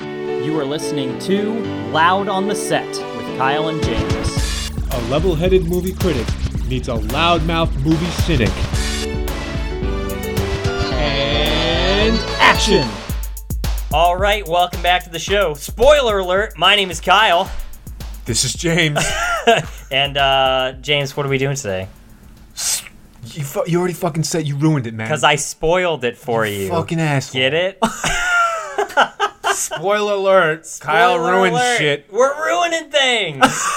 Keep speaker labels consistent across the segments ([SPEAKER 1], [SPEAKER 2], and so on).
[SPEAKER 1] are listening to Loud on the Set with Kyle and James.
[SPEAKER 2] A level headed movie critic meets a loudmouth movie cynic.
[SPEAKER 1] And action! All right, welcome back to the show. Spoiler alert, my name is Kyle.
[SPEAKER 3] This is James.
[SPEAKER 1] And uh, James, what are we doing today?
[SPEAKER 3] you, fu- you already fucking said you ruined it, man.
[SPEAKER 1] Because I spoiled it for you.
[SPEAKER 3] fucking asshole.
[SPEAKER 1] Get it?
[SPEAKER 3] Spoiler alert. Kyle
[SPEAKER 1] Spoiler
[SPEAKER 3] ruined
[SPEAKER 1] alert.
[SPEAKER 3] shit.
[SPEAKER 1] We're ruining things!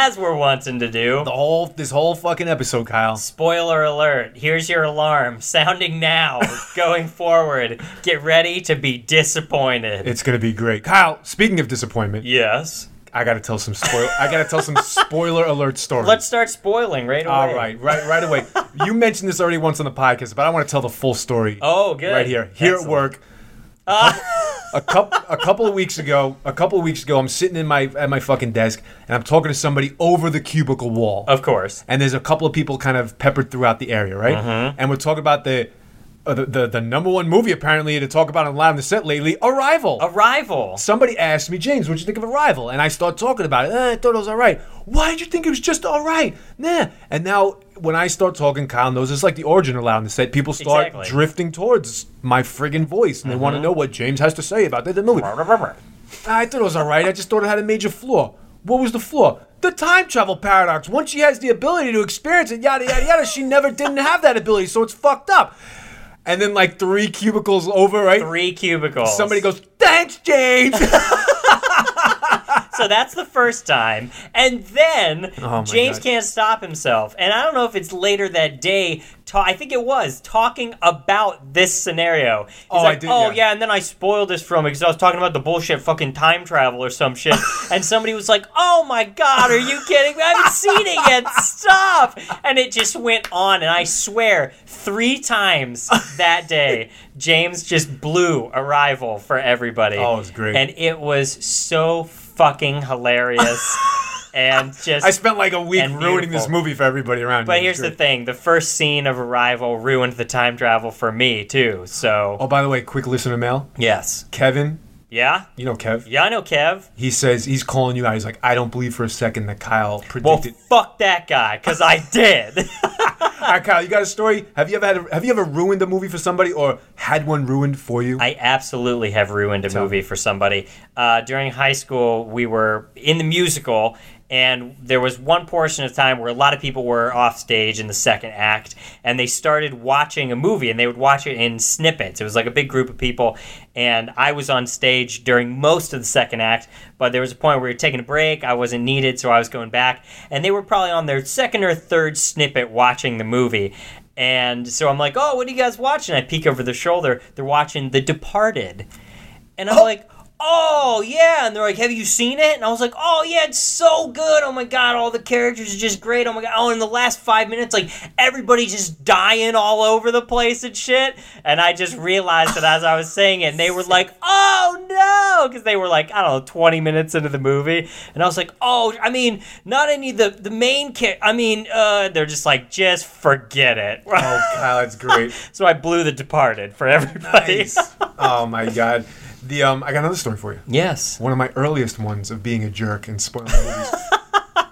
[SPEAKER 1] As we're wanting to do.
[SPEAKER 3] The whole this whole fucking episode, Kyle.
[SPEAKER 1] Spoiler alert. Here's your alarm sounding now. Going forward, get ready to be disappointed.
[SPEAKER 3] It's gonna be great. Kyle, speaking of disappointment,
[SPEAKER 1] yes.
[SPEAKER 3] I gotta tell some spoil I gotta tell some spoiler alert stories.
[SPEAKER 1] Let's start spoiling right away.
[SPEAKER 3] all right, right, right away. You mentioned this already once on the podcast, but I want to tell the full story.
[SPEAKER 1] Oh, good.
[SPEAKER 3] right here, here
[SPEAKER 1] Excellent. Uh.
[SPEAKER 3] at work. A couple, a couple of weeks ago, a couple of weeks ago, I'm sitting in my at my fucking desk and I'm talking to somebody over the cubicle wall.
[SPEAKER 1] Of course.
[SPEAKER 3] and there's a couple of people kind of peppered throughout the area, right?
[SPEAKER 1] Mm-hmm.
[SPEAKER 3] And we're talking about the, uh, the the the number one movie apparently to talk about on Live on the Set lately, Arrival.
[SPEAKER 1] Arrival.
[SPEAKER 3] Somebody asked me, James, what'd you think of Arrival? And I start talking about it. "Eh, I thought it was all right. Why did you think it was just all right? Nah. And now when I start talking, Kyle knows it's like the origin of Loud on the Set. People start
[SPEAKER 1] Exactly.
[SPEAKER 3] drifting towards my friggin' voice, and they want to know what James has to say about the, the movie. "Ah, I thought it was all right. I just thought it had a major flaw. What was the flaw? The time travel paradox. Once she has the ability to experience it, yada yada yada, she never didn't have that ability, so it's fucked up. And then like three cubicles over, right?
[SPEAKER 1] Three cubicles.
[SPEAKER 3] Somebody goes, "Thanks, James."
[SPEAKER 1] So that's the first time. And then
[SPEAKER 3] Oh my
[SPEAKER 1] James
[SPEAKER 3] God.
[SPEAKER 1] can't stop himself. And I don't know if it's later that day. Ta- I think it was talking about this scenario. He's
[SPEAKER 3] Oh, I
[SPEAKER 1] like,
[SPEAKER 3] did,
[SPEAKER 1] Oh,
[SPEAKER 3] yeah.
[SPEAKER 1] yeah. And then I spoiled this from because I was talking about the bullshit fucking time travel or some shit. and somebody was like, "Oh my god, are you kidding me? I haven't seen it yet. Stop!" And it just went on. And I swear, three times that day, James just blew Arrival for everybody.
[SPEAKER 3] Oh, it was great.
[SPEAKER 1] And it was so fucking hilarious. and just
[SPEAKER 3] I spent like a week
[SPEAKER 1] And
[SPEAKER 3] ruining this
[SPEAKER 1] beautiful.
[SPEAKER 3] movie for everybody around.
[SPEAKER 1] but here's the thing, the first scene of Arrival ruined the time travel for me too. So,
[SPEAKER 3] Oh, by the way, quick listener mail.
[SPEAKER 1] yes.
[SPEAKER 3] Kevin,
[SPEAKER 1] Yeah?
[SPEAKER 3] you know Kev.
[SPEAKER 1] Yeah, I know Kev.
[SPEAKER 3] He says he's calling you out. He's like, "I don't believe for a second that Kyle
[SPEAKER 1] Well,
[SPEAKER 3] predicted."
[SPEAKER 1] fuck that guy cuz I did.
[SPEAKER 3] All right, Ah, Kyle, you got a story? Have you ever had? A, have you ever ruined a movie for somebody or had one ruined for you?
[SPEAKER 1] I absolutely have ruined a movie for somebody. Uh, during high school, we were in the musical, and there was one portion of time where a lot of people were off stage in the second act, and they started watching a movie, and they would watch it in snippets. It was like a big group of people, and I was on stage during most of the second act, but there was a point where we were taking a break. I wasn't needed, so I was going back, and they were probably on their second or third snippet watching the movie. And so I'm like, oh, what are you guys watching? I peek over the shoulder. They're watching The Departed. And I'm like, oh, yeah. And they're like, have you seen it? And I was like, oh, yeah, it's so good. Oh, my God. All the characters are just great. Oh, my God. Oh, in the last five minutes, like, everybody just dying all over the place and shit. And I just realized that as I was saying it, and they were like, oh, no. Because they were like, I don't know, 20 minutes into the movie. And I was like, oh, I mean, not any of the, the main character. I mean, uh, they're just like, just forget it.
[SPEAKER 3] Oh, Kyle, that's great.
[SPEAKER 1] So I blew The Departed for everybody.
[SPEAKER 3] Nice. oh my god. The um, I got another story for you.
[SPEAKER 1] Yes.
[SPEAKER 3] One of my earliest ones of being a jerk and spoiling movies.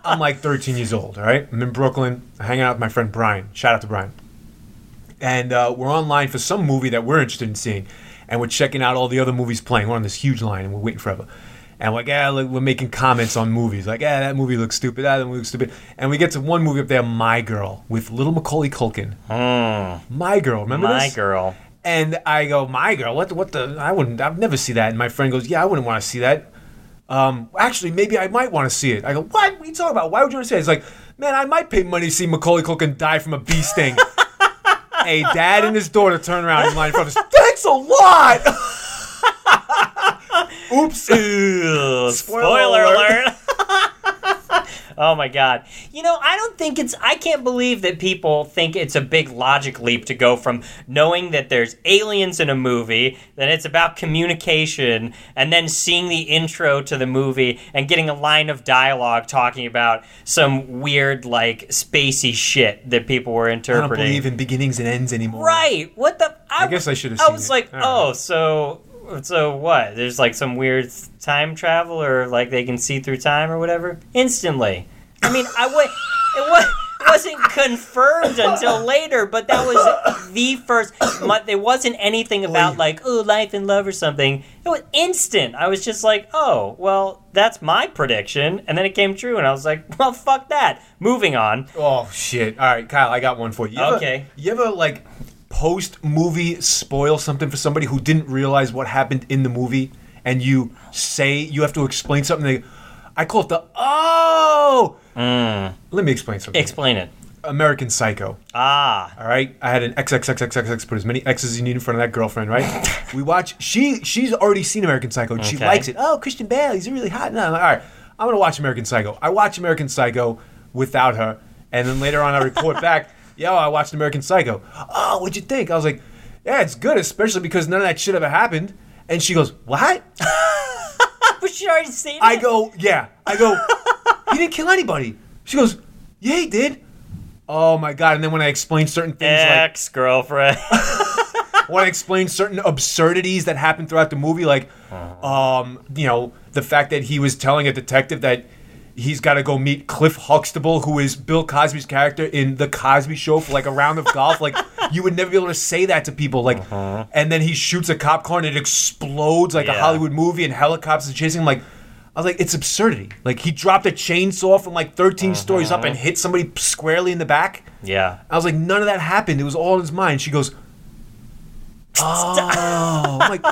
[SPEAKER 3] I'm like 13 years old. All right, I'm in Brooklyn. I'm hanging out with my friend Brian. Shout out to Brian. And uh, we're online for some movie that we're interested in seeing, and we're checking out all the other movies playing. We're on this huge line, and we're waiting forever. And we're like, yeah, look, we're making comments on movies. Like, yeah, that movie looks stupid. That movie looks stupid. And we get to one movie up there, My Girl, with little Macaulay Culkin. My Girl, remember
[SPEAKER 1] My
[SPEAKER 3] this?
[SPEAKER 1] girl.
[SPEAKER 3] And I go, my girl, what the, what the? I wouldn't, I'd never see that. And my friend goes, yeah, I wouldn't want to see that. Um, actually, maybe I might want to see it. I go, what? What are you talking about? Why would you want to see it? He's like, man, I might pay money to see Macaulay Culkin die from a bee sting. a dad and his daughter turn around in line in front of us. Thanks a lot. Oops.
[SPEAKER 1] Spoiler,
[SPEAKER 3] Spoiler
[SPEAKER 1] alert. oh my god. You know, I don't think it's I can't believe that people think it's a big logic leap to go from knowing that there's aliens in a movie, that it's about communication, and then seeing the intro to the movie and getting a line of dialogue talking about some weird like spacey shit that people were
[SPEAKER 3] I don't
[SPEAKER 1] interpreting.
[SPEAKER 3] believe in beginnings and ends anymore.
[SPEAKER 1] Right. What the? I,
[SPEAKER 3] guess I should have
[SPEAKER 1] I
[SPEAKER 3] seen
[SPEAKER 1] was
[SPEAKER 3] it.
[SPEAKER 1] like,
[SPEAKER 3] All right.
[SPEAKER 1] oh, so So what? There's like some weird time travel, or like they can see through time, or whatever. Instantly. I mean, I went. It was. Wasn't confirmed until later, but that was the first. My, there wasn't anything about like oh life and love or something. It was instant. I was just like, oh well, that's my prediction, and then it came true, and I was like, well, fuck that. Moving on.
[SPEAKER 3] Oh shit! All right, Kyle, I got one for you. you ever-
[SPEAKER 1] Okay.
[SPEAKER 3] you ever like post movie spoil something for somebody who didn't realize what happened in the movie, and you say you have to explain something? They, I call it the oh. Let me explain something.
[SPEAKER 1] Explain it.
[SPEAKER 3] American Psycho.
[SPEAKER 1] Ah,
[SPEAKER 3] All right, I had an XXXXXX. Put as many X's as you need in front of that girlfriend, right? we watch. She she's already seen American Psycho. and She
[SPEAKER 1] Okay.
[SPEAKER 3] likes it. Oh, Christian Bale, he's really hot. No, I'm like, all right, I'm gonna watch American Psycho. I watch American Psycho without her, and then later on I report back. Yo, I watched American Psycho. Oh, what'd you think? I was like, yeah, it's good, especially because none of that shit ever happened. And she goes, what?
[SPEAKER 1] but she already seen it.
[SPEAKER 3] I go, yeah. I go, he didn't kill anybody. She goes, yeah, he did. Oh my god! And then when I explain certain things, like
[SPEAKER 1] Ex girlfriend.
[SPEAKER 3] want to explain certain absurdities that happen throughout the movie, like, um, you know, the fact that he was telling a detective that he's got to go meet Cliff Huxtable, who is Bill Cosby's character in The Cosby Show for like a round of golf. Like, you would never be able to say that to people. Like, and then he shoots a cop car and it explodes like a
[SPEAKER 1] Yeah.
[SPEAKER 3] Hollywood movie, and helicopters are chasing him. Like. I was like, it's absurdity. Like he dropped a chainsaw from like 13 stories up and hit somebody squarely in the back.
[SPEAKER 1] yeah.
[SPEAKER 3] I was like, none of that happened. It was all in his mind. She goes, Oh, I'm like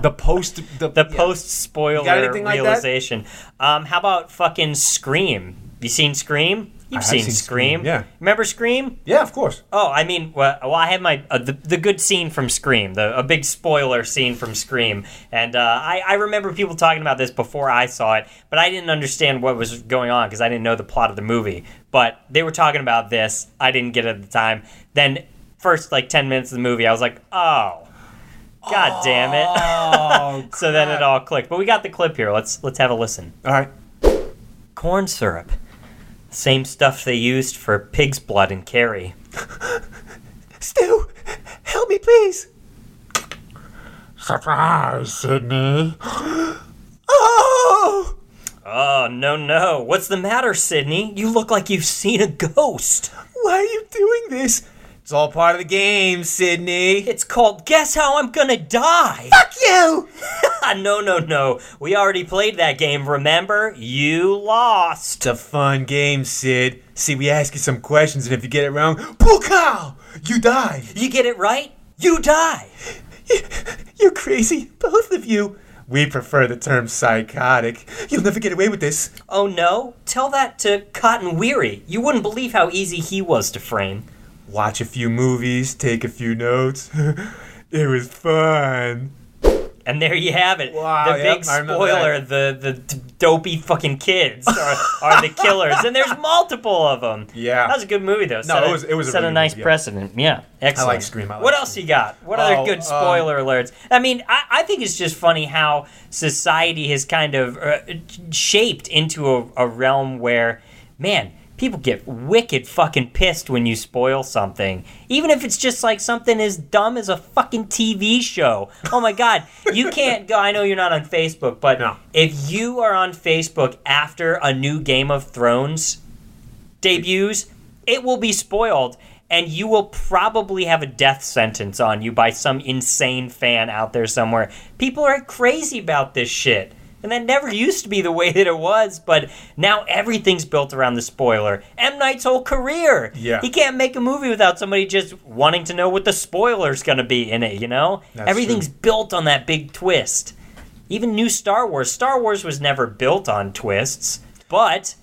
[SPEAKER 3] the post, the,
[SPEAKER 1] The
[SPEAKER 3] yeah.
[SPEAKER 1] post spoiler
[SPEAKER 3] anything like that?
[SPEAKER 1] realization. Um, how about fucking Scream? You seen Scream? You've
[SPEAKER 3] have
[SPEAKER 1] seen,
[SPEAKER 3] seen
[SPEAKER 1] Scream.
[SPEAKER 3] Scream, yeah.
[SPEAKER 1] Remember Scream?
[SPEAKER 3] Yeah, of course.
[SPEAKER 1] Oh, I mean, well, well I have my uh, the, the good scene from Scream, the a big spoiler scene from Scream, and uh, I I remember people talking about this before I saw it, but I didn't understand what was going on because I didn't know the plot of the movie. But they were talking about this, I didn't get it at the time. Then first like ten minutes of the movie, I was like, oh, god damn it!
[SPEAKER 3] Oh,
[SPEAKER 1] so then it all clicked. But we got the clip here. Let's let's have a listen.
[SPEAKER 3] all right.
[SPEAKER 1] Corn syrup, same stuff they used for pig's blood and carry.
[SPEAKER 3] Stu, help me, please.
[SPEAKER 4] Surprise, Sydney.
[SPEAKER 3] Oh,
[SPEAKER 1] Oh, no, no. What's the matter, Sydney? You look like you've seen a ghost.
[SPEAKER 3] why are you doing this? It's all part of the game, Sydney.
[SPEAKER 1] It's called Guess How I'm Gonna Die.
[SPEAKER 3] Fuck you.
[SPEAKER 1] no, no, no. We already played that game, remember? You lost.
[SPEAKER 3] It's a fun game, Sid. See, we ask you some questions, and if you get it wrong, Pukal, you die.
[SPEAKER 1] You get it right? You die.
[SPEAKER 3] You're crazy, both of you. We prefer the term psychotic. You'll never get away with this.
[SPEAKER 1] Oh, no? Tell that to Cotton Weary. You wouldn't believe how easy he was to frame.
[SPEAKER 3] Watch a few movies, take a few notes. it was fun.
[SPEAKER 1] And there you have it.
[SPEAKER 3] Wow,
[SPEAKER 1] the
[SPEAKER 3] yep,
[SPEAKER 1] big
[SPEAKER 3] I remember that.
[SPEAKER 1] spoiler. The the d- dopey fucking kids are, are the killers, and there's multiple of them.
[SPEAKER 3] Yeah.
[SPEAKER 1] that was a good movie though.
[SPEAKER 3] No,
[SPEAKER 1] Set
[SPEAKER 3] it was- it was a
[SPEAKER 1] set
[SPEAKER 3] really
[SPEAKER 1] a
[SPEAKER 3] good
[SPEAKER 1] nice
[SPEAKER 3] movie, yeah.
[SPEAKER 1] precedent. Yeah, excellent.
[SPEAKER 3] Scream, I like
[SPEAKER 1] what else
[SPEAKER 3] Scream.
[SPEAKER 1] you got? What
[SPEAKER 3] Oh,
[SPEAKER 1] other good spoiler alerts? I mean, I, I think it's just funny how society has kind of uh, shaped into a, a realm where, man. People get wicked fucking pissed when you spoil something, even if it's just like something as dumb as a fucking TV show. Oh my god, you can't go. I know you're not on Facebook, but
[SPEAKER 3] No.
[SPEAKER 1] if you are on Facebook after a new Game of Thrones debuts, it will be spoiled, and you will probably have a death sentence on you by some insane fan out there somewhere. People are crazy about this shit. And that never used to be the way that it was, but now everything's built around the spoiler. M. Night's whole career.
[SPEAKER 3] Yeah.
[SPEAKER 1] He can't make a movie without somebody just wanting to know what the spoiler's going to be in it, you know?
[SPEAKER 3] That's
[SPEAKER 1] Everything's built on that big twist. Even new Star Wars. Star Wars was never built on twists, but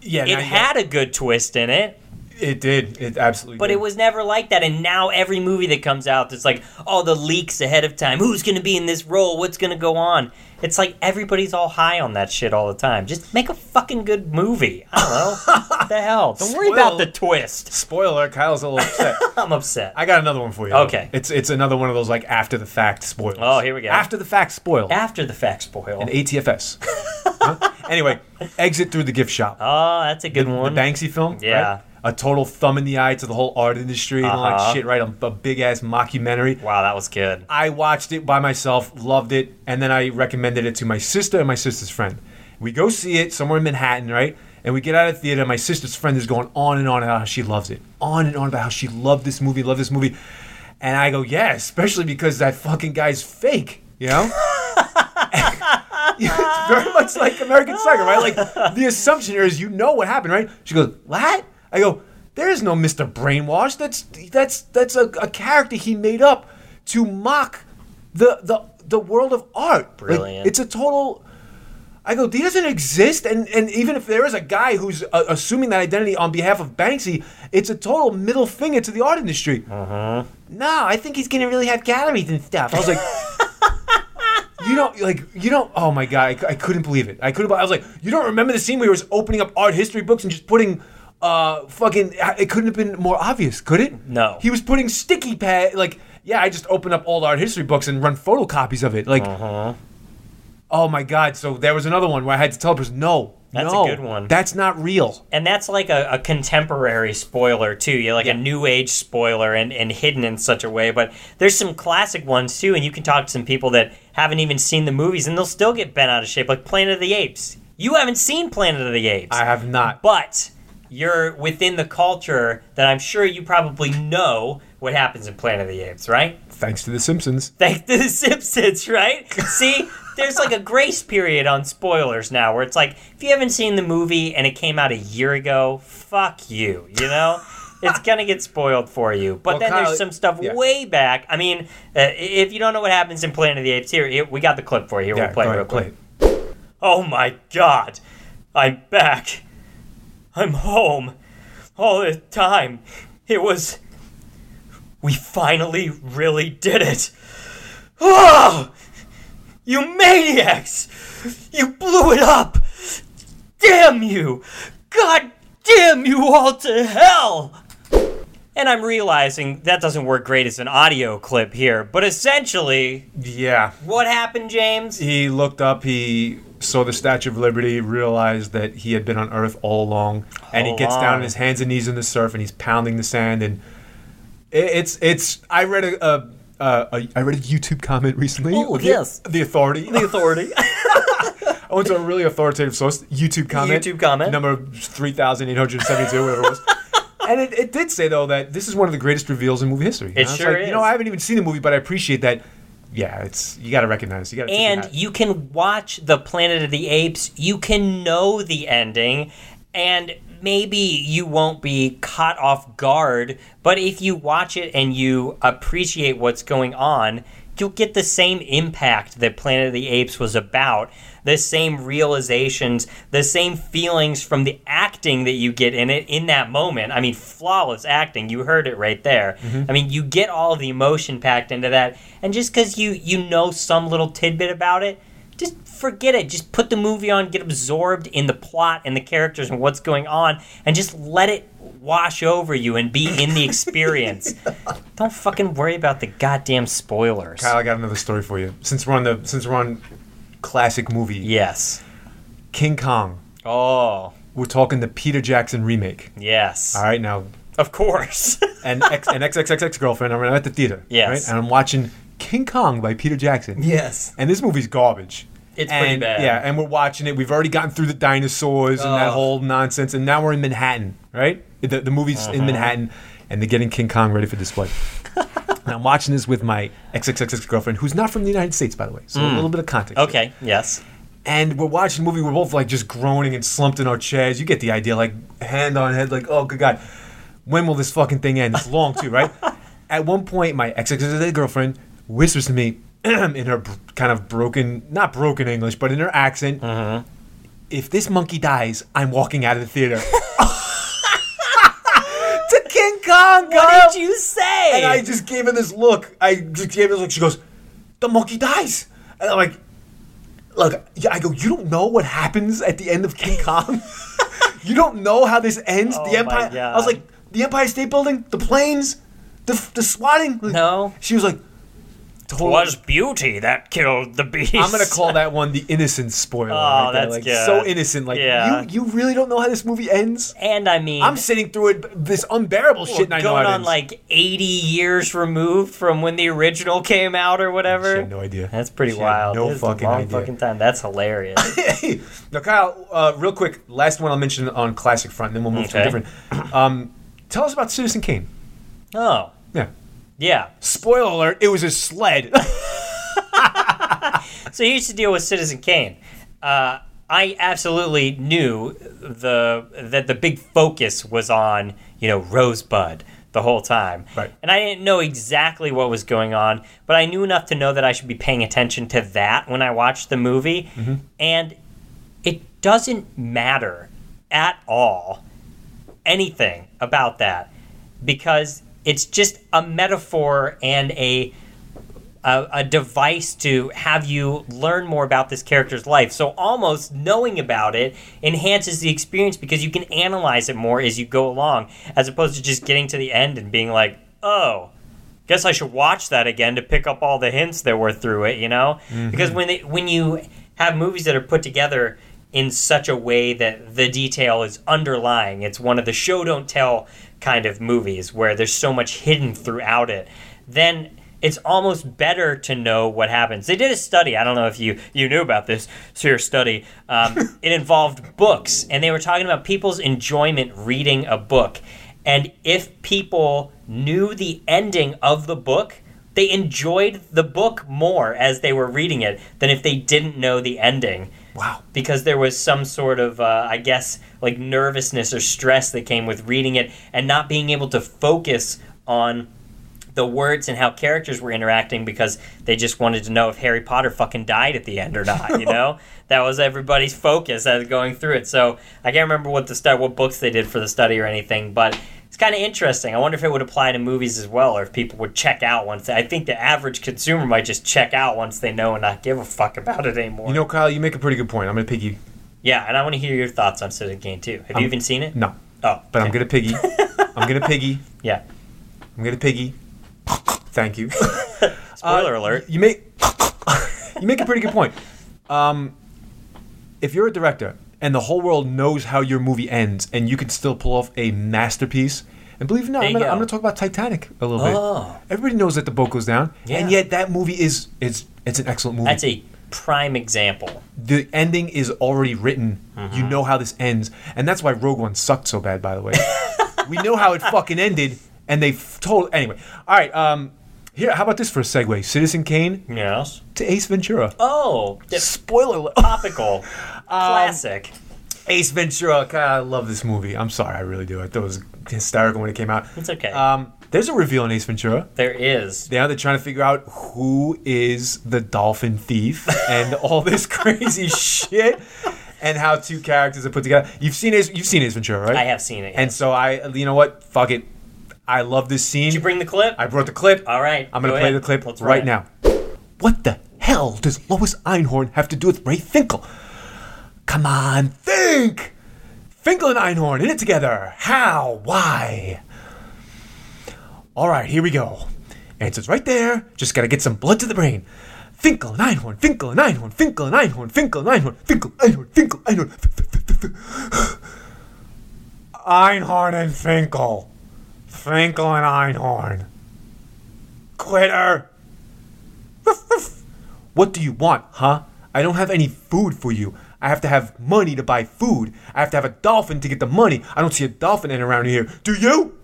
[SPEAKER 3] Yeah,
[SPEAKER 1] it had a good twist in it,
[SPEAKER 3] It did. It absolutely.
[SPEAKER 1] but it was never like that. And now every movie that comes out, it's like all the leaks ahead of time. Who's going to be in this role? What's going to go on? It's like everybody's all high on that shit all the time. Just make a fucking good movie. I don't know. the hell? Don't worry about
[SPEAKER 3] Spoiled.
[SPEAKER 1] the twist.
[SPEAKER 3] Spoiler: Kyle's a little upset.
[SPEAKER 1] I'm upset.
[SPEAKER 3] I got another one for you. though.
[SPEAKER 1] Okay.
[SPEAKER 3] It's it's another one of those like after the fact spoilers.
[SPEAKER 1] Oh, here we go.
[SPEAKER 3] After the fact spoil.
[SPEAKER 1] After the fact spoil.
[SPEAKER 3] An ATFS. Huh? Anyway, exit through the gift shop.
[SPEAKER 1] oh, that's a good
[SPEAKER 3] the
[SPEAKER 1] one.
[SPEAKER 3] Banksy film.
[SPEAKER 1] Yeah.
[SPEAKER 3] right? a total thumb in the eye to the whole art industry and all
[SPEAKER 1] Uh-huh.
[SPEAKER 3] that shit, right? A, a big ass mockumentary.
[SPEAKER 1] Wow, that was good.
[SPEAKER 3] I watched it by myself, loved it, and then I recommended it to my sister and my sister's friend. We go see it somewhere in Manhattan, right? And we get out of the theater, and my sister's friend is going on and on about how she loves it. On and on about how she loved this movie, loved this movie. And I go, yeah, especially because that fucking guy's fake, you know? it's very much like American Psycho, right? Like the assumption here is you know what happened, right? She goes, "What?" I go, "There is no Mr. Brainwash. That's that's that's a, a character he made up to mock the the the world of art. Like,
[SPEAKER 1] Brilliant.
[SPEAKER 3] it's a total." I go, he doesn't exist, and, and even if there is a guy who's uh, assuming that identity on behalf of Banksy, it's a total middle finger to the art industry. No, I think he's gonna really have galleries and stuff. I was like, you don't like you don't. Oh my god, I, cou- I couldn't believe it. I couldn't. I was like, you don't remember the scene where he was opening up art history books and just putting. Uh, fucking! It couldn't have been more obvious, could it?
[SPEAKER 1] No.
[SPEAKER 3] He was putting sticky pad. Like, yeah, I just open up old art history books and run photocopies of it. Like,
[SPEAKER 1] Uh-huh.
[SPEAKER 3] oh my god! So there was another one where I had to tell the person, no,
[SPEAKER 1] That's a
[SPEAKER 3] no,
[SPEAKER 1] good one.
[SPEAKER 3] That's not real.
[SPEAKER 1] And that's like a, a contemporary spoiler too. You're like a new age spoiler and, and hidden in such a way. But there's some classic ones too, and you can talk to some people that haven't even seen the movies and they'll still get bent out of shape, like Planet of the Apes. You haven't seen Planet of the Apes.
[SPEAKER 3] I have not.
[SPEAKER 1] but you're within the culture that I'm sure you probably know what happens in Planet of the Apes, right?
[SPEAKER 3] Thanks to The Simpsons.
[SPEAKER 1] Thanks to The Simpsons, right? See, there's like a grace period on spoilers now where it's like, if you haven't seen the movie and it came out a year ago, fuck you, you know? It's gonna get spoiled for you, but
[SPEAKER 3] Well,
[SPEAKER 1] then
[SPEAKER 3] Kyle-
[SPEAKER 1] there's some stuff
[SPEAKER 3] yeah.
[SPEAKER 1] way back. I mean, uh, if you don't know what happens in Planet of the Apes, here, here we got the clip for you. Here,
[SPEAKER 3] Yeah,
[SPEAKER 1] we'll play
[SPEAKER 3] go
[SPEAKER 1] it
[SPEAKER 3] ahead,
[SPEAKER 1] real
[SPEAKER 3] play
[SPEAKER 1] quick.
[SPEAKER 3] it.
[SPEAKER 1] Oh my god! I'm back! I'm home! All the time! It was. We finally really did it! Oh! You maniacs! You blew it up! Damn you! God damn you all to hell! And I'm realizing that doesn't work great as an audio clip here, but essentially,
[SPEAKER 3] Yeah.
[SPEAKER 1] what happened, James?
[SPEAKER 3] he looked up he saw the statue of liberty realized that he had been on earth all along and he
[SPEAKER 1] All
[SPEAKER 3] gets down
[SPEAKER 1] along.
[SPEAKER 3] on his hands and knees in the surf and he's pounding the sand and it, it's it's i read a, a, a, a i read a youtube comment recently
[SPEAKER 1] Oh,
[SPEAKER 3] of the-
[SPEAKER 1] yes.
[SPEAKER 3] the authority
[SPEAKER 1] The authority.
[SPEAKER 3] i went to a really authoritative source youtube comment
[SPEAKER 1] YouTube comment.
[SPEAKER 3] number 3872 whatever it was And it, it did say though that this is one of the greatest reveals in movie history. And I was
[SPEAKER 1] sure
[SPEAKER 3] like, You know,
[SPEAKER 1] is.
[SPEAKER 3] I haven't even seen the movie, but I appreciate that. Yeah, it's you got to recognize. You got to.
[SPEAKER 1] and you can watch the planet of the apes you can know the ending and maybe you won't be caught off guard but if you watch it and you appreciate what's going on you'll get the same impact that planet of the apes was about the same realizations the same feelings from the acting that you get in it in that moment i mean flawless acting you heard it right there
[SPEAKER 3] Mm-hmm.
[SPEAKER 1] i mean you get all of the emotion packed into that and just because you you know some little tidbit about it just forget it just put the movie on get absorbed in the plot and the characters and what's going on and just let it wash over you and be in the experience don't fucking worry about the goddamn spoilers
[SPEAKER 3] Kyle, I got another story for you. Since we're on the since we're on classic movie,
[SPEAKER 1] yes
[SPEAKER 3] King Kong.
[SPEAKER 1] oh
[SPEAKER 3] We're talking the Peter Jackson remake.
[SPEAKER 1] yes
[SPEAKER 3] All right, now
[SPEAKER 1] of course
[SPEAKER 3] an ex an XXXX girlfriend. I'm at the theater.
[SPEAKER 1] Yes.
[SPEAKER 3] Right, and I'm watching King Kong by Peter Jackson.
[SPEAKER 1] yes
[SPEAKER 3] And this movie's garbage.
[SPEAKER 1] It's
[SPEAKER 3] and,
[SPEAKER 1] pretty bad.
[SPEAKER 3] Yeah, and we're watching it. We've already gotten through the dinosaurs and that
[SPEAKER 1] Ugh.
[SPEAKER 3] whole nonsense, and now we're in Manhattan, right? The, the movie's
[SPEAKER 1] Uh-huh.
[SPEAKER 3] in Manhattan, and they're getting King Kong ready for display. and I'm watching this with my XXXX girlfriend, who's not from the United States, by the way. So a little bit of context. here
[SPEAKER 1] Mm. okay yes
[SPEAKER 3] and we're watching the movie. We're both like just groaning and slumped in our chairs. You get the idea, like hand on head, like oh good god, when will this fucking thing end? It's long too, right? At one point, my ex ex girlfriend whispers to me in her br- kind of broken, not broken English, but in her accent, "If this monkey dies, I'm walking out of the theater." to King Kong, girl.
[SPEAKER 1] what did you say
[SPEAKER 3] Um, And I just gave her this look. I just gave her this look. She goes, "The monkey dies," and I'm like, "Look, yeah." I go, "You don't know what happens at the end of King Kong. you don't know how this ends.
[SPEAKER 1] Oh
[SPEAKER 3] the
[SPEAKER 1] my
[SPEAKER 3] Empire." I was
[SPEAKER 1] God.
[SPEAKER 3] like, "The Empire State Building, the planes, the the swatting."
[SPEAKER 1] No.
[SPEAKER 3] She was like,
[SPEAKER 1] 'Twas beauty that killed the beast.
[SPEAKER 3] I'm gonna call that one the innocent spoiler. right there.
[SPEAKER 1] Oh, that's
[SPEAKER 3] like,
[SPEAKER 1] good.
[SPEAKER 3] So innocent. Like
[SPEAKER 1] Yeah.
[SPEAKER 3] you, you really don't know how this movie ends.
[SPEAKER 1] And I mean,
[SPEAKER 3] I'm sitting through it, this unbearable
[SPEAKER 1] we're
[SPEAKER 3] shit. And I know how
[SPEAKER 1] going
[SPEAKER 3] it
[SPEAKER 1] on
[SPEAKER 3] ends.
[SPEAKER 1] like 80 years removed from when the original came out or whatever.
[SPEAKER 3] She had no idea.
[SPEAKER 1] That's pretty
[SPEAKER 3] She had
[SPEAKER 1] wild.
[SPEAKER 3] no
[SPEAKER 1] This is a
[SPEAKER 3] fucking
[SPEAKER 1] long
[SPEAKER 3] idea.
[SPEAKER 1] fucking time. That's hilarious.
[SPEAKER 3] now, Kyle, uh, real quick, last one I'll mention on classic front, and then we'll move to a
[SPEAKER 1] Okay.
[SPEAKER 3] different. Um, tell us about Citizen Kane.
[SPEAKER 1] oh,
[SPEAKER 3] Yeah.
[SPEAKER 1] yeah.
[SPEAKER 3] Spoiler alert: It was a sled.
[SPEAKER 1] So he used to deal with Citizen Kane. Uh, I absolutely knew the that the big focus was on you know Rosebud the whole time,
[SPEAKER 3] Right.
[SPEAKER 1] and I didn't know exactly what was going on, but I knew enough to know that I should be paying attention to that when I watched the movie, and it doesn't matter at all anything about that because it's just a metaphor and a a, a device to have you learn more about this character's life. So almost knowing about it enhances the experience because you can analyze it more as you go along, as opposed to just getting to the end and being like, oh. Guess I should watch that again to pick up all the hints that were through it, you know? Because when they, when you have movies that are put together in such a way that the detail is underlying, it's one of the show don't tell kind of movies where there's so much hidden throughout it. Then it's almost better to know what happens. They did a study. I don't know if you you knew about this serious study. Um, it involved books, and they were talking about people's enjoyment reading a book, and if people knew the ending of the book. They enjoyed the book more as they were reading it than if they didn't know the ending
[SPEAKER 3] wow.
[SPEAKER 1] because there was some sort of uh, i guess like nervousness or stress that came with reading it and not being able to focus on the words and how characters were interacting because they just wanted to know if harry potter fucking died at the end or not you know that was everybody's focus as going through it so i can't remember what the study what books they did for the study or anything but it's kind of interesting i wonder if it would apply to movies as well or if people would check out once i think the average consumer might just check out once they know and not give a fuck about it anymore
[SPEAKER 3] You know, Kyle, you make a pretty good point. I'm gonna piggy.
[SPEAKER 1] yeah, and I want to hear your thoughts on Citizen Kane too. Have
[SPEAKER 3] Um,
[SPEAKER 1] you even seen it?
[SPEAKER 3] No,
[SPEAKER 1] Oh,
[SPEAKER 3] but I'm
[SPEAKER 1] okay.
[SPEAKER 3] gonna piggy. I'm gonna piggy.
[SPEAKER 1] Yeah.
[SPEAKER 3] I'm gonna piggy. Thank you.
[SPEAKER 1] Spoiler
[SPEAKER 3] Uh,
[SPEAKER 1] alert.
[SPEAKER 3] You make you make a pretty good point. Um, if you're a director and the whole world knows how your movie ends, and you can still pull off a masterpiece, and believe it or not,
[SPEAKER 1] There
[SPEAKER 3] I'm
[SPEAKER 1] you
[SPEAKER 3] gonna,
[SPEAKER 1] go.
[SPEAKER 3] I'm gonna talk about Titanic a little
[SPEAKER 1] Oh.
[SPEAKER 3] bit. Everybody knows that the boat goes down, and
[SPEAKER 1] Yeah.
[SPEAKER 3] yet that movie is it's it's an excellent movie
[SPEAKER 1] That's a prime example.
[SPEAKER 3] the ending is already written.
[SPEAKER 1] Uh-huh.
[SPEAKER 3] You know how this ends, and that's why Rogue One sucked so bad. By the way, we know how it fucking ended, and they f- told anyway. All right, um, here, how about this for a segue? Citizen Kane
[SPEAKER 1] Yes.
[SPEAKER 3] to Ace Ventura.
[SPEAKER 1] Oh, the
[SPEAKER 3] Spoiler alert.
[SPEAKER 1] topical. Um, Classic.
[SPEAKER 3] Ace Ventura. God, I love this movie. I'm sorry, I really do. I thought it was hysterical when it came out.
[SPEAKER 1] It's okay.
[SPEAKER 3] Um, there's a reveal in Ace Ventura.
[SPEAKER 1] There is.
[SPEAKER 3] Now they're trying to figure out who is the dolphin thief and all this crazy shit and how two characters are put together. You've seen Ace, you've seen Ace Ventura, right?
[SPEAKER 1] I have seen it.
[SPEAKER 3] And so I, you know what? Fuck it. I love this scene.
[SPEAKER 1] Did you bring the clip?
[SPEAKER 3] I brought the clip.
[SPEAKER 1] All right,
[SPEAKER 3] I'm gonna
[SPEAKER 1] go
[SPEAKER 3] play
[SPEAKER 1] ahead.
[SPEAKER 3] the clip
[SPEAKER 1] Let's
[SPEAKER 3] right
[SPEAKER 1] run it.
[SPEAKER 3] now. What the hell does Lois Einhorn have to do with Ray Finkel? Come on, think. Finkel and Einhorn in it together. How? Why? All right, here we go. Answers right there. Just gotta get some blood to the brain. Finkel and Einhorn, Finkel and Einhorn, Finkel and Einhorn, Finkel and Einhorn, Finkel, Einhorn, Finkel, Einhorn. F- f- f- f- f- Einhorn and Finkel. Finkel and Einhorn. Quitter. What do you want, huh? I don't have any food for you. I have to have money to buy food. I have to have a dolphin to get the money. I don't see a dolphin in around here. Do you?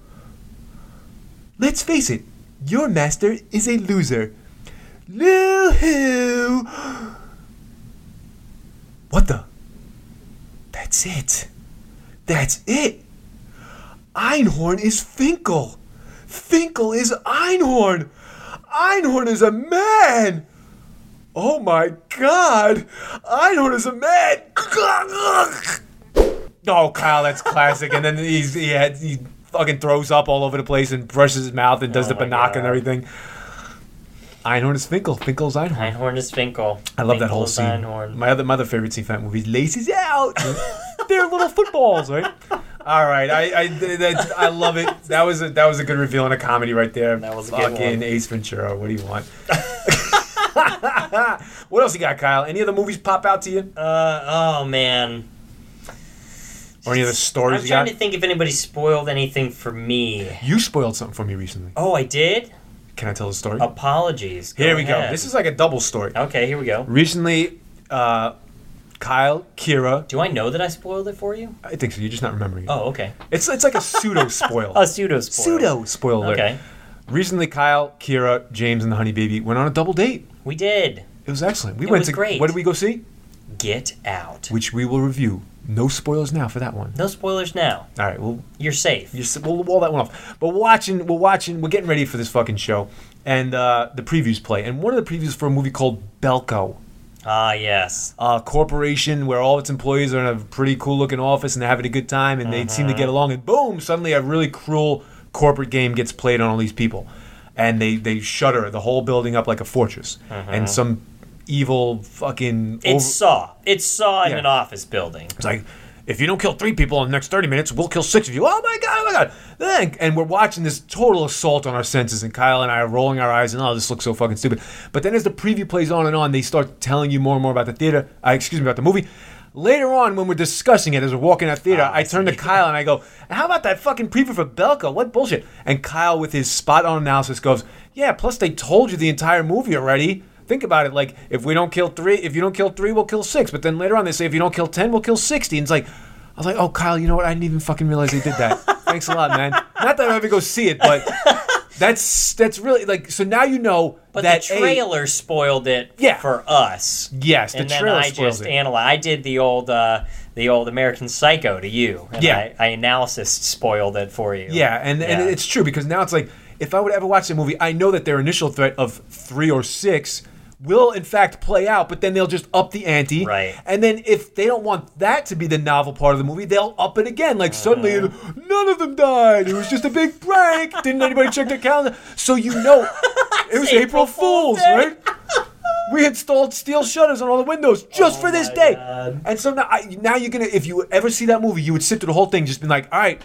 [SPEAKER 3] Let's face it, your master is a loser. Lil hoo! What the? That's it. That's it. Einhorn is Finkel. Finkel is Einhorn. Einhorn is a man. Oh my god. Einhorn is a man. Oh, Kyle, that's classic. and then he's, he, had, he fucking throws up all over the place and brushes his mouth and does the
[SPEAKER 1] Oh my
[SPEAKER 3] binoc
[SPEAKER 1] God.
[SPEAKER 3] and everything. Einhorn is Finkel. Finkel's Einhorn.
[SPEAKER 1] Einhorn is Finkel.
[SPEAKER 3] I love that whole
[SPEAKER 1] Finkel's
[SPEAKER 3] scene.
[SPEAKER 1] Einhorn.
[SPEAKER 3] My other my other favorite scene from that movie is Laces Out. They're little footballs, right? All right, I I that, I love it. That was a that was a good reveal in a comedy right there.
[SPEAKER 1] That was a good
[SPEAKER 3] Fucking
[SPEAKER 1] one.
[SPEAKER 3] Ace Ventura. What do you want? What else you got, Kyle? Any other movies pop out to you?
[SPEAKER 1] Uh, oh man.
[SPEAKER 3] or any other stories
[SPEAKER 1] I'm
[SPEAKER 3] you
[SPEAKER 1] trying
[SPEAKER 3] got?
[SPEAKER 1] to think if anybody spoiled anything for me.
[SPEAKER 3] you spoiled something for me recently.
[SPEAKER 1] Oh, I did.
[SPEAKER 3] Can I tell the story?
[SPEAKER 1] Apologies.
[SPEAKER 3] Here we go.
[SPEAKER 1] Oh, ahead.
[SPEAKER 3] This is like a double story.
[SPEAKER 1] okay. Here we go.
[SPEAKER 3] Recently, uh, Kyle, Kira,
[SPEAKER 1] Do I know that I spoiled it for you?
[SPEAKER 3] I think so. You're just not remembering it.
[SPEAKER 1] Oh, okay.
[SPEAKER 3] It's it's like a pseudo spoil.
[SPEAKER 1] A pseudo spoil.
[SPEAKER 3] pseudo spoil alert.
[SPEAKER 1] Okay.
[SPEAKER 3] Recently, Kyle, Kira, James, and the Honey Baby went on a double date.
[SPEAKER 1] We did.
[SPEAKER 3] It was excellent. We
[SPEAKER 1] It
[SPEAKER 3] went
[SPEAKER 1] was
[SPEAKER 3] to
[SPEAKER 1] great.
[SPEAKER 3] what did we go see?
[SPEAKER 1] Get out.
[SPEAKER 3] Which we will review. No spoilers now for that one.
[SPEAKER 1] No spoilers now.
[SPEAKER 3] All right, we'll
[SPEAKER 1] You're safe.
[SPEAKER 3] you s- we'll wall that one off. But we're watching, we're watching, we're getting ready for this fucking show, and uh, the previews play. And one of the previews for a movie called Belko,
[SPEAKER 1] Ah, yes.
[SPEAKER 3] a corporation where all its employees are in a pretty cool looking office and they're having a good time, and they seem to get along. And boom, suddenly a really cruel corporate game gets played on all these people, and they they shudder the whole building up like a fortress, and some evil fucking
[SPEAKER 1] It's
[SPEAKER 3] over-
[SPEAKER 1] Saw. It's Saw in
[SPEAKER 3] Yeah.
[SPEAKER 1] an office building.
[SPEAKER 3] it's like, if you don't kill three people in the next 30 minutes, we'll kill six of you. Oh my God, oh my God. Then, and we're watching this total assault on our senses, and Kyle and I are rolling our eyes, and oh, this looks so fucking stupid. But then as the preview plays on and on, they start telling you more and more about the theater, uh, excuse me, about the movie. Later on, when we're discussing it as we're walking out of theater, I turn to Kyle and I go, How about that fucking preview for Belka? What bullshit? And Kyle, with his spot on analysis, goes, Yeah, plus they told you the entire movie already. Think about it. Like, if we don't kill three, if you don't kill three, we'll kill six. But then later on, they say if you don't kill ten, we'll kill sixty. And it's like, I was like, oh, Kyle, you know what? I didn't even fucking realize they did that. Thanks a lot, man. Not that I ever go see it, but that's that's really like. So now you know
[SPEAKER 1] But
[SPEAKER 3] that
[SPEAKER 1] the
[SPEAKER 3] A-
[SPEAKER 1] trailer spoiled it
[SPEAKER 3] Yeah.
[SPEAKER 1] for us.
[SPEAKER 3] yes, the
[SPEAKER 1] and then
[SPEAKER 3] trailer
[SPEAKER 1] I
[SPEAKER 3] spoils
[SPEAKER 1] just
[SPEAKER 3] it.
[SPEAKER 1] analyzed. I did the old uh, the old American Psycho to you. And
[SPEAKER 3] Yeah.
[SPEAKER 1] I, I analysis spoiled it for you.
[SPEAKER 3] Yeah, and, and it's true because now it's like if I would ever watch the movie, I know that their initial threat of three or six will in fact play out, but then they'll just up the ante.
[SPEAKER 1] Right.
[SPEAKER 3] And then if they don't want that to be the novel part of the movie, they'll up it again. Like suddenly
[SPEAKER 1] Uh-huh.
[SPEAKER 3] none of them died. It was just a big prank. Didn't anybody check their calendar? So you know it was April,
[SPEAKER 1] April
[SPEAKER 3] Fools,
[SPEAKER 1] Fool's Day.
[SPEAKER 3] right? We installed steel shutters on all the windows just for this
[SPEAKER 1] Oh my
[SPEAKER 3] day.
[SPEAKER 1] God.
[SPEAKER 3] And so now, I, now you're gonna. If you ever see that movie, you would sit through the whole thing, just being like, "All right,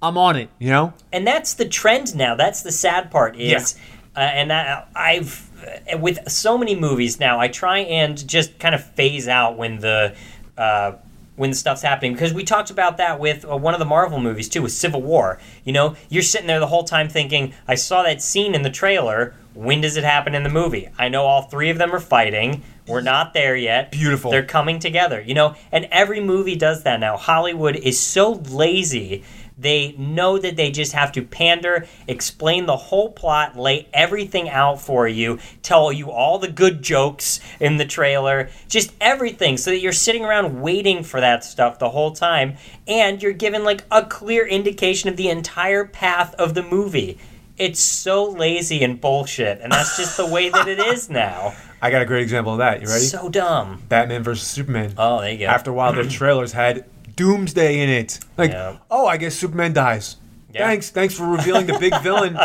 [SPEAKER 3] I'm on it," you know.
[SPEAKER 1] and that's the trend now. That's the sad part is, uh, and I, I've uh, with so many movies now, I try and just kind of phase out when the uh, when the stuff's happening because we talked about that with uh, one of the Marvel movies too, with Civil War. You know, you're sitting there the whole time thinking, I saw that scene in the trailer. When does it happen in the movie? I know all three of them are fighting. We're not there yet.
[SPEAKER 3] Beautiful.
[SPEAKER 1] They're coming together, you know, and every movie does that now. Hollywood is so lazy. They know that they just have to pander, explain the whole plot, lay everything out for you, tell you all the good jokes in the trailer, just everything, so that you're sitting around waiting for that stuff the whole time, and you're given like a clear indication of the entire path of the movie. It's so lazy and bullshit, and that's just the way that it is now.
[SPEAKER 3] I got a great example of that. You ready?
[SPEAKER 1] So dumb.
[SPEAKER 3] Batman versus Superman.
[SPEAKER 1] Oh, there you go.
[SPEAKER 3] After a while, their trailers had Doomsday in it. Like,
[SPEAKER 1] Yeah.
[SPEAKER 3] oh, I guess Superman dies.
[SPEAKER 1] Yeah.
[SPEAKER 3] Thanks, thanks for revealing the big villain.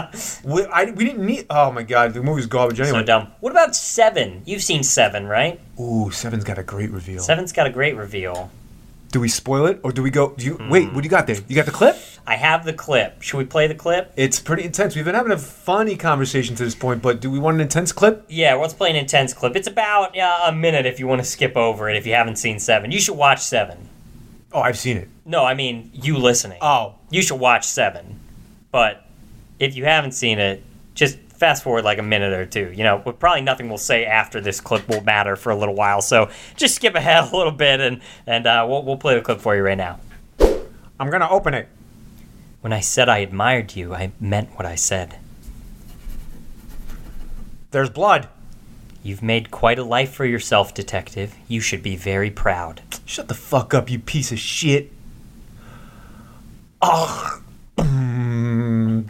[SPEAKER 3] we, I, we didn't need. Oh my god, the movie's garbage
[SPEAKER 1] So
[SPEAKER 3] anyway.
[SPEAKER 1] dumb. What about Seven? You've seen Seven, right?
[SPEAKER 3] Ooh, Seven's got a great reveal.
[SPEAKER 1] Seven's got a great reveal.
[SPEAKER 3] Do we spoil it or do we go? Do you
[SPEAKER 1] Hmm.
[SPEAKER 3] wait? What do you got there? You got the clip?
[SPEAKER 1] I have the clip. Should we play the clip?
[SPEAKER 3] It's pretty intense. We've been having a funny conversation to this point, but do we want an intense clip?
[SPEAKER 1] Yeah, let's play an intense clip. It's about uh, a minute if you want to skip over it if you haven't seen Seven. You should watch Seven.
[SPEAKER 3] Oh, I've seen it.
[SPEAKER 1] No, I mean, you listening.
[SPEAKER 3] Oh,
[SPEAKER 1] You should watch Seven. But if you haven't seen it, just fast forward like a minute or two. You know, but probably nothing we'll say after this clip will matter for a little while. So just skip ahead a little bit and, and uh, we'll, we'll play the clip for you right now.
[SPEAKER 3] I'm gonna open it.
[SPEAKER 1] When I said I admired you, I meant what I said.
[SPEAKER 3] There's blood.
[SPEAKER 1] You've made quite a life for yourself, Detective. You should be very proud.
[SPEAKER 3] Shut the fuck up, you piece of shit. Ugh.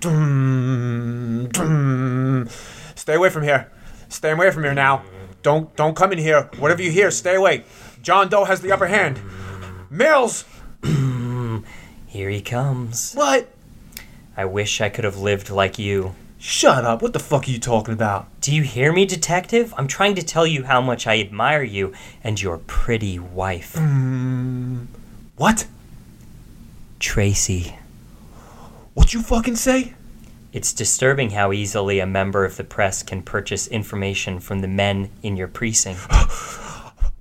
[SPEAKER 3] Stay away from here. Stay away from here now. Don't don't come in here. Whatever you hear, stay away. John Doe has the upper hand. Mills,
[SPEAKER 1] Here he comes.
[SPEAKER 3] what?
[SPEAKER 1] I wish I could have lived like you.
[SPEAKER 3] Shut up. What the fuck are you talking about?
[SPEAKER 1] Do you hear me, Detective? I'm trying to tell you how much I admire you and your pretty wife,
[SPEAKER 3] What?
[SPEAKER 1] Tracy.
[SPEAKER 3] What you fucking say?
[SPEAKER 1] It's disturbing how easily a member of the press can purchase information from the men in your precinct.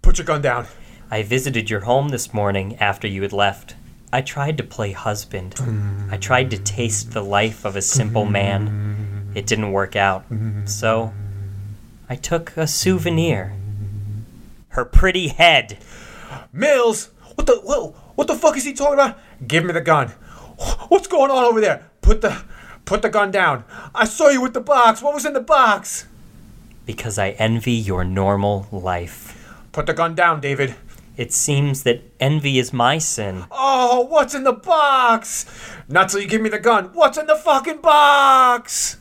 [SPEAKER 3] Put your gun down.
[SPEAKER 1] I visited your home this morning after you had left. I tried to play husband. I tried to taste the life of a simple man. It didn't work out. So I took a souvenir. Her pretty head.
[SPEAKER 3] Mills, what the what, what the fuck is he talking about? Give me the gun. What's going on over there? Put the put the gun down. I saw you with the box. What was in the box?
[SPEAKER 1] Because I envy your normal life.
[SPEAKER 3] Put the gun down, David.
[SPEAKER 1] It seems that envy is my sin.
[SPEAKER 3] Oh, what's in the box? Not till you give me the gun. What's in the fucking box?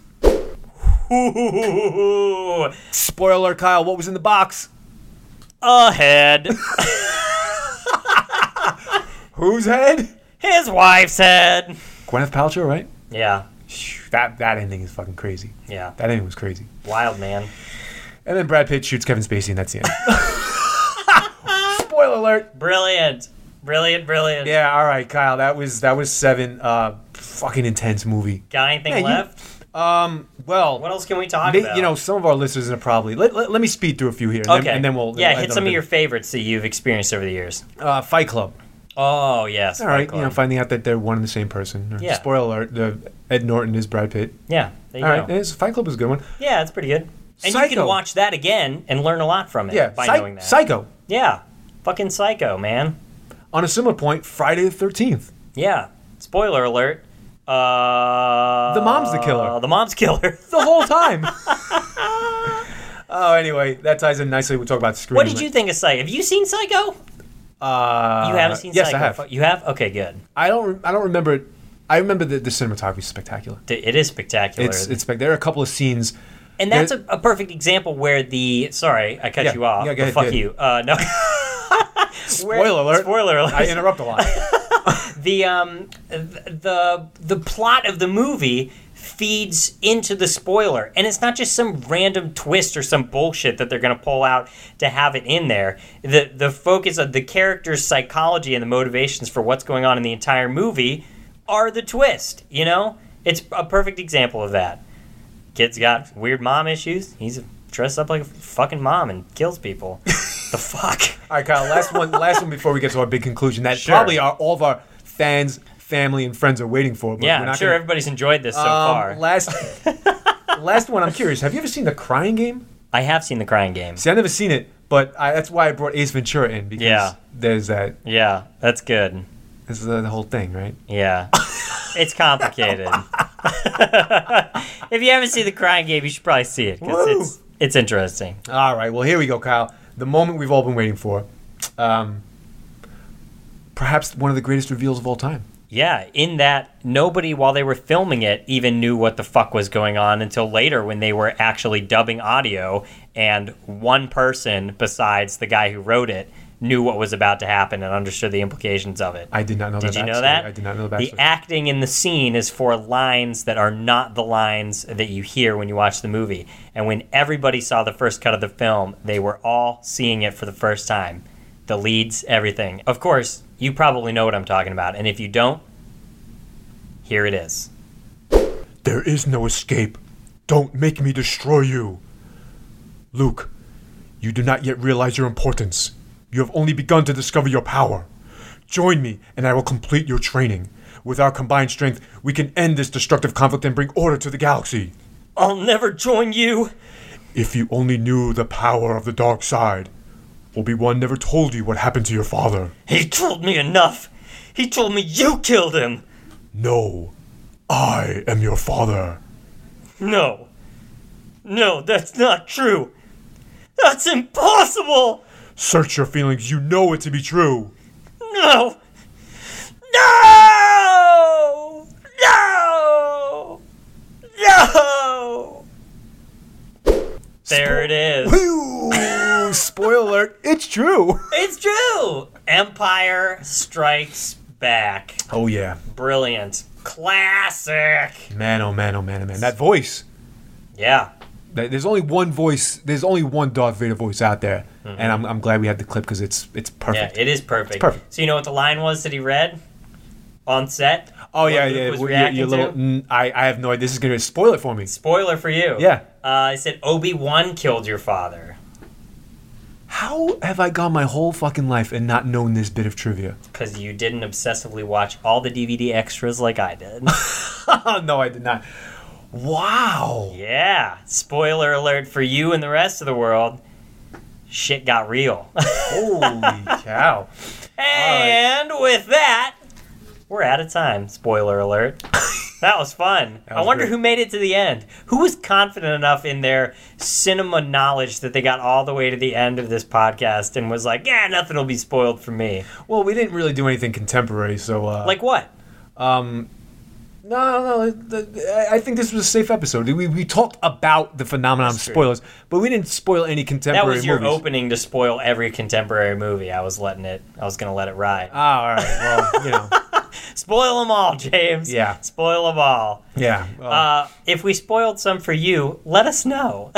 [SPEAKER 1] Ooh,
[SPEAKER 3] Spoiler, Kyle. What was in the box?
[SPEAKER 1] a head.
[SPEAKER 3] Whose head?
[SPEAKER 1] His wife's head.
[SPEAKER 3] Gwyneth Paltrow, right?
[SPEAKER 1] Yeah,
[SPEAKER 3] That that ending is fucking crazy.
[SPEAKER 1] yeah.
[SPEAKER 3] That ending was crazy.
[SPEAKER 1] Wild man.
[SPEAKER 3] And then Brad Pitt shoots Kevin Spacey, and that's the end. Spoiler alert.
[SPEAKER 1] Brilliant. Brilliant, brilliant.
[SPEAKER 3] Yeah, all right, Kyle. That was that was seven. Uh, fucking intense movie.
[SPEAKER 1] Got anything
[SPEAKER 3] Yeah, you-
[SPEAKER 1] left?
[SPEAKER 3] Um, well,
[SPEAKER 1] What else can we talk
[SPEAKER 3] may-
[SPEAKER 1] about?
[SPEAKER 3] you know, some of our listeners are probably. Let, let, let me speed through a few here, and,
[SPEAKER 1] okay.
[SPEAKER 3] then, and then we'll
[SPEAKER 1] yeah
[SPEAKER 3] we'll
[SPEAKER 1] hit
[SPEAKER 3] end
[SPEAKER 1] some
[SPEAKER 3] on
[SPEAKER 1] of
[SPEAKER 3] a
[SPEAKER 1] your
[SPEAKER 3] bit.
[SPEAKER 1] favorites that you've experienced over the years.
[SPEAKER 3] uh, Fight Club.
[SPEAKER 1] Oh yes.
[SPEAKER 3] All right,
[SPEAKER 1] Fight
[SPEAKER 3] you know,
[SPEAKER 1] Club.
[SPEAKER 3] finding out that they're one and the same person. Or-
[SPEAKER 1] Yeah.
[SPEAKER 3] Spoiler alert: the, Ed Norton is Brad Pitt.
[SPEAKER 1] yeah. There you
[SPEAKER 3] All
[SPEAKER 1] go.
[SPEAKER 3] right, it's- Fight Club is a good one.
[SPEAKER 1] Yeah, it's pretty good. And you
[SPEAKER 3] Psycho.
[SPEAKER 1] can watch that again and learn a lot from it
[SPEAKER 3] Yeah,
[SPEAKER 1] by
[SPEAKER 3] Psy-
[SPEAKER 1] knowing that.
[SPEAKER 3] Psycho.
[SPEAKER 1] yeah. Fucking psycho, man.
[SPEAKER 3] On a similar point, Friday the Thirteenth.
[SPEAKER 1] Yeah. Spoiler alert. Uh,
[SPEAKER 3] The mom's the killer.
[SPEAKER 1] The mom's killer.
[SPEAKER 3] The whole time. oh, anyway, that ties in nicely. We talk about Scream.
[SPEAKER 1] what did you think of Psycho? Have you seen Psycho? You
[SPEAKER 3] Uh,
[SPEAKER 1] haven't seen
[SPEAKER 3] yes,
[SPEAKER 1] Psycho.
[SPEAKER 3] I have.
[SPEAKER 1] You have? Okay, good.
[SPEAKER 3] I don't. Re- I don't remember it. I remember that the cinematography is spectacular.
[SPEAKER 1] D- It is spectacular.
[SPEAKER 3] It's it's spec- there are a couple of scenes.
[SPEAKER 1] And that's a, a perfect example where the sorry, I cut
[SPEAKER 3] Yeah,
[SPEAKER 1] you off.
[SPEAKER 3] yeah,
[SPEAKER 1] but
[SPEAKER 3] go ahead,
[SPEAKER 1] fuck
[SPEAKER 3] go ahead.
[SPEAKER 1] you. Uh, no. Where-
[SPEAKER 3] Spoiler alert.
[SPEAKER 1] Spoiler alert.
[SPEAKER 3] I interrupt a lot.
[SPEAKER 1] the um th- the the plot of the movie feeds into the spoiler and it's not just some random twist or some bullshit that they're going to pull out to have it in there the the focus of the character's psychology and the motivations for what's going on in the entire movie are the twist you know it's a perfect example of that kid's got weird mom issues he's dressed up like a fucking mom and kills people the fuck
[SPEAKER 3] All right, Kyle. Last one. Last one before we get to our big conclusion that
[SPEAKER 1] Sure.
[SPEAKER 3] probably our, all of our fans, family, and friends are waiting for. But
[SPEAKER 1] yeah
[SPEAKER 3] we're
[SPEAKER 1] i'm
[SPEAKER 3] not
[SPEAKER 1] sure
[SPEAKER 3] gonna-
[SPEAKER 1] everybody's enjoyed this so
[SPEAKER 3] Um,
[SPEAKER 1] far
[SPEAKER 3] Last. last one. I'm curious. Have you ever seen the Crying Game?
[SPEAKER 1] i have seen the crying game
[SPEAKER 3] See, I've never seen it, but I, that's why I brought Ace Ventura in because
[SPEAKER 1] Yeah.
[SPEAKER 3] there's that.
[SPEAKER 1] Yeah, that's good.
[SPEAKER 3] This is the, the whole thing, right?
[SPEAKER 1] Yeah. it's complicated. if you haven't seen the crying game, you should probably see it 'cause
[SPEAKER 3] Woo.
[SPEAKER 1] it's it's interesting.
[SPEAKER 3] All right. Well, here we go, Kyle. The moment we've all been waiting for. Um, perhaps one of the greatest reveals of all time.
[SPEAKER 1] Yeah, in that nobody while they were filming it even knew what the fuck was going on until later when they were actually dubbing audio and one person besides the guy who wrote it knew what was about to happen and understood the implications of it.
[SPEAKER 3] I did not know that.
[SPEAKER 1] Did you know
[SPEAKER 3] backstory.
[SPEAKER 1] that?
[SPEAKER 3] I did not know the
[SPEAKER 1] The
[SPEAKER 3] backstory.
[SPEAKER 1] acting in the scene is for lines that are not the lines that you hear when you watch the movie. And when everybody saw the first cut of the film, they were all seeing it for the first time. The leads, everything. Of course, you probably know what I'm talking about. And if you don't, here it is.
[SPEAKER 3] There is no escape. Don't make me destroy you. Luke, you do not yet realize your importance. You have only begun to discover your power. Join me, and I will complete your training. With our combined strength, we can end this destructive conflict and bring order to the galaxy.
[SPEAKER 1] I'll never join you.
[SPEAKER 3] If you only knew the power of the dark side, Obi Wan never told you what happened to your father.
[SPEAKER 1] He told me enough. He told me you killed him.
[SPEAKER 3] No, I am your father.
[SPEAKER 1] No. No, that's not true. That's impossible.
[SPEAKER 3] Search your feelings, you know it to be true.
[SPEAKER 1] No! No! No! No! There it is.
[SPEAKER 3] Ooh, spoiler alert, it's true.
[SPEAKER 1] It's true! Empire Strikes Back.
[SPEAKER 3] Oh, yeah.
[SPEAKER 1] Brilliant. Classic!
[SPEAKER 3] Man, oh, man, oh, man, oh, man. That voice.
[SPEAKER 1] Yeah.
[SPEAKER 3] That- There's only one voice. There's only one Darth Vader voice out there, and I'm, I'm glad we had the clip because it's it's
[SPEAKER 1] Mm-hmm. Yeah,
[SPEAKER 3] perfect.
[SPEAKER 1] it is perfect.
[SPEAKER 3] perfect.
[SPEAKER 1] So, you know what the line was that he read on set?
[SPEAKER 3] Oh yeah,
[SPEAKER 1] Luke
[SPEAKER 3] yeah.
[SPEAKER 1] was
[SPEAKER 3] well, you-
[SPEAKER 1] reacting
[SPEAKER 3] you little-
[SPEAKER 1] to?
[SPEAKER 3] mm, I, I have no idea. This is gonna spoil it for me.
[SPEAKER 1] Spoiler for you.
[SPEAKER 3] Yeah.
[SPEAKER 1] Uh, I said Obi Wan killed your father
[SPEAKER 3] How have I gone my whole fucking life and not known this bit of trivia?
[SPEAKER 1] because you didn't obsessively watch all the DVD extras like I did.
[SPEAKER 3] no, I did not. Wow.
[SPEAKER 1] yeah. Spoiler alert for you and the rest of the world. Shit got real.
[SPEAKER 3] Holy cow.
[SPEAKER 1] and with that, we're out of time. Spoiler alert. that was fun. I
[SPEAKER 3] was
[SPEAKER 1] wonder
[SPEAKER 3] great.
[SPEAKER 1] who made it to the end. Who was confident enough in their cinema knowledge that they got all the way to the end of this podcast and was like, yeah, nothing will be spoiled for me.
[SPEAKER 3] Well, we didn't really do anything contemporary, so uh,
[SPEAKER 1] Like what?
[SPEAKER 3] no, no, no. th- I I think this was a safe episode. We we talked about the phenomenon of
[SPEAKER 1] true.
[SPEAKER 3] spoilers, but we didn't spoil any
[SPEAKER 1] That
[SPEAKER 3] contemporary
[SPEAKER 1] was your
[SPEAKER 3] movies.
[SPEAKER 1] opening to spoil every contemporary movie. I was letting it. I was gonna let it ride.
[SPEAKER 3] Oh, all right. Well, you know,
[SPEAKER 1] Spoil them all, James.
[SPEAKER 3] Yeah.
[SPEAKER 1] Spoil them all.
[SPEAKER 3] yeah. well,
[SPEAKER 1] Uh, if we spoiled some for you, let us know.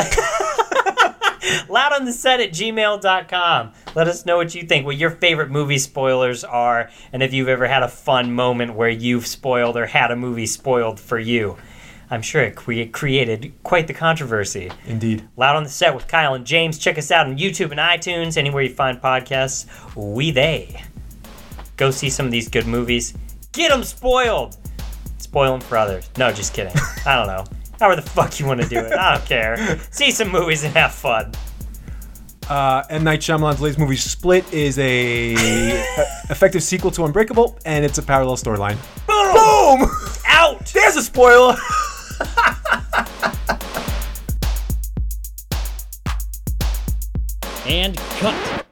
[SPEAKER 1] Loud on the set at gmail.com. Let us know what you think, what your favorite movie spoilers are, and if you've ever had a fun moment where you've spoiled or had a movie spoiled for you. I'm sure it cre- created quite the controversy.
[SPEAKER 3] indeed.
[SPEAKER 1] Loud on the set with Kyle and James. Check us out on YouTube and iTunes, anywhere you find podcasts. We they. Go see some of these good movies. Get them spoiled. Spoil 'em for others. No, just kidding. I don't know. However the fuck you want to do it. I don't care. See some movies and have fun.
[SPEAKER 3] Uh, M. Night Shyamalan's latest movie, Split, is a effective sequel to Unbreakable, and it's a parallel storyline. Boom! Boom!
[SPEAKER 1] Out!
[SPEAKER 3] There's a spoiler.
[SPEAKER 2] And cut.